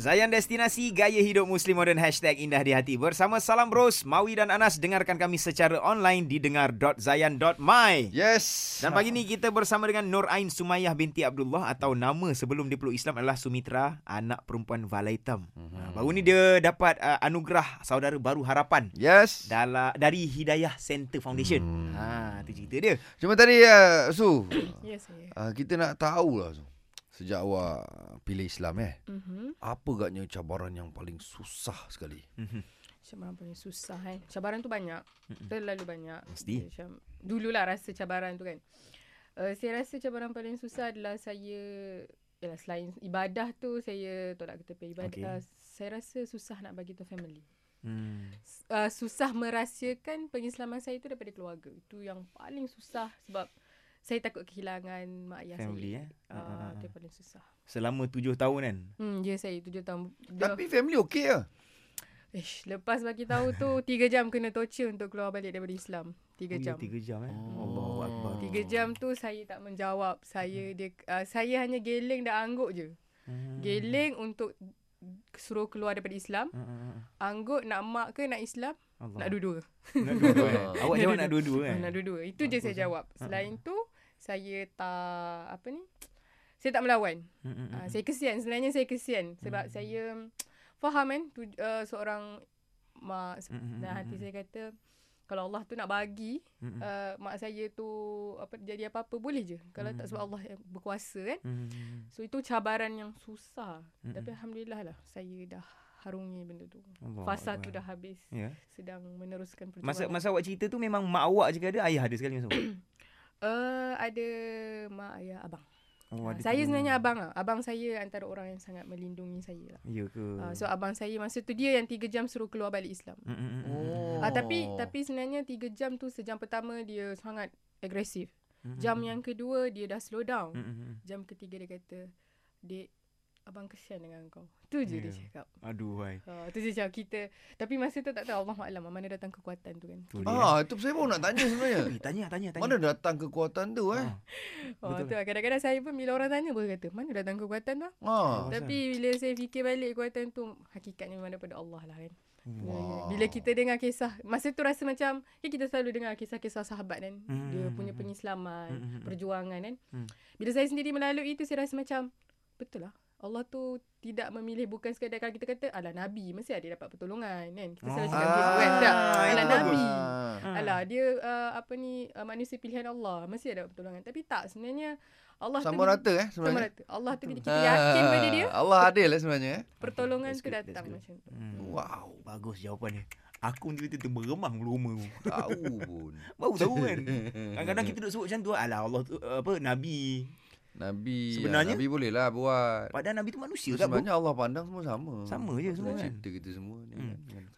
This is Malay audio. Zayan Destinasi Gaya Hidup Muslim Modern Hashtag Indah di Hati Bersama Salam Bros, Mawi dan Anas Dengarkan kami secara online di dengar.zayan.my Yes. Dan pagi ni kita bersama dengan Nur Ain Sumayyah binti Abdullah Atau nama sebelum dia peluk Islam adalah Sumitra Anak perempuan Valaitam hmm. Baru ni dia dapat uh, anugerah saudara baru harapan Yes. dalam dari Hidayah Center Foundation. Hmm. Ha, tu cerita dia. Cuma tadi uh, Su, Ya saya. uh, kita nak tahu lah Su. Sejak awak pilih Islam eh. Mhm. Apa agaknya cabaran yang paling susah sekali? Mhm. Cabaran paling susah kan. Cabaran tu banyak. Terlalu banyak. Mesti. Dia Macam dululah rasa cabaran tu kan. Uh, saya rasa cabaran paling susah adalah saya Yalah, selain ibadah tu saya tolak kita pergi ibadah. Okey. Okay. Uh, saya rasa susah nak bagi tu family. Hmm. S- Uh, susah merahsiakan pengislaman saya tu daripada keluarga. Itu yang paling susah sebab saya takut kehilangan mak ayah Family saya. eh. Uh, Ah, ah, ah. Itu yang paling susah. Selama tujuh tahun kan. Hmm, ya saya tujuh tahun. Dia- Tapi family okey lah. Ish, lepas bagi tahu tu tiga jam kena torture untuk keluar balik daripada Islam. Tiga Oh, ya, jam. Tiga jam eh. Oh. Allahu Akbar. Tiga jam tu saya tak menjawab. Saya dia uh, saya hanya geleng dan angguk je. Hmm. Geleng untuk suruh keluar daripada Islam. Hmm, hmm, hmm. Angguk nak mak ke nak Islam? Allah. Nak dua-dua. Nak dua-dua. eh? Awak Nak jawab dua-dua. nak dua-dua kan? Ha, nak dua-dua. Itu je saya Ha, jawab. Selain tu saya tak apa ni? Saya tak melawan. Hmm, hmm, Ah, hmm. saya kesian sebenarnya saya kesian Hmm. sebab saya faham kan tu, uh, seorang mak Hmm, se- hmm, dalam hmm, hati hmm. saya kata kalau Allah tu nak bagi Hmm, hmm. uh, mak saya tu apa jadi apa-apa boleh je kalau tak sebab Hmm. Allah yang berkuasa kan Hmm, hmm, so itu cabaran yang susah hmm. tapi alhamdulillah lah saya dah harungi benda tu Allahu fasa Akbar. tu dah habis Ya. sedang meneruskan perjuangan Masa masa awak cerita tu memang mak awak je ke ada ayah ada sekali masa awak? Uh, ada mak ayah abang Oh, oh, ada saya tiga. sebenarnya abang lah abang saya antara orang yang sangat melindungi saya lah Ya ke? Uh, so abang saya masa tu dia yang 3 jam suruh keluar balik Islam. Hmm, hmm, hmm, hmm. Oh. Ah uh, tapi tapi sebenarnya 3 jam tu sejam pertama dia sangat agresif. Hmm, Jam hmm, yang kedua dia dah slow down. hmm, hmm, hmm. Jam ketiga dia kata, "Dek, abang kesian dengan kau." Tu je yeah. dia Ya. cakap. Aduh hai. Uh, tu je cakap kita. Tapi masa tu tak tahu Allah Alam mana datang kekuatan tu kan. Tu dia. eh. Ah, itu saya baru nak tanya sebenarnya. Eh, Tanya tanya tanya. Mana datang kekuatan tu eh? Ah. Oh, Betul. tu lah. kadang-kadang saya pun bila orang tanya boleh kata, "Mana datang kekuatan tu?" ah?" Ha. Pasal? Tapi bila saya fikir balik kekuatan tu hakikatnya memang daripada Allah lah kan. Ya, ya. Wah. Bila kita dengar kisah Masa tu rasa macam ya Kita selalu dengar kisah-kisah sahabat kan Hmm. Dia punya pengislaman Hmm, hmm, hmm. Perjuangan kan Hmm. Bila saya sendiri melalui itu Saya rasa macam Betul lah Allah tu tidak memilih bukan sekadar kalau kita kata alah nabi mesti ada dapat pertolongan kan kita selalu Oh. cakap begitu kan tak Ah, alah itu nabi Ah. alah dia uh, apa ni uh, manusia pilihan Allah mesti ada dapat pertolongan tapi tak sebenarnya Allah Sama tu rata eh sama sebenarnya. rata Allah tu kita yakin pada dia Ah. Allah adil lah sebenarnya eh. pertolongan That's tu good, that's datang good. macam tu Hmm. Wow. Bagus jawapan dia. Aku tiba-tiba tu beremang bulu rumah tu. Tahu pun. Hmm. Baru tahu kan. Kadang-kadang kita duduk sebut macam tu. Alah Allah tu apa Nabi. Nabi Sebenarnya? sebenarnya Nabi boleh lah buat. Padahal Nabi tu manusia tak bro? Sebenarnya Allah pandang semua sama. Sama je semua Dengan kan? Cipta kita semua ni Hmm. kan. Dengan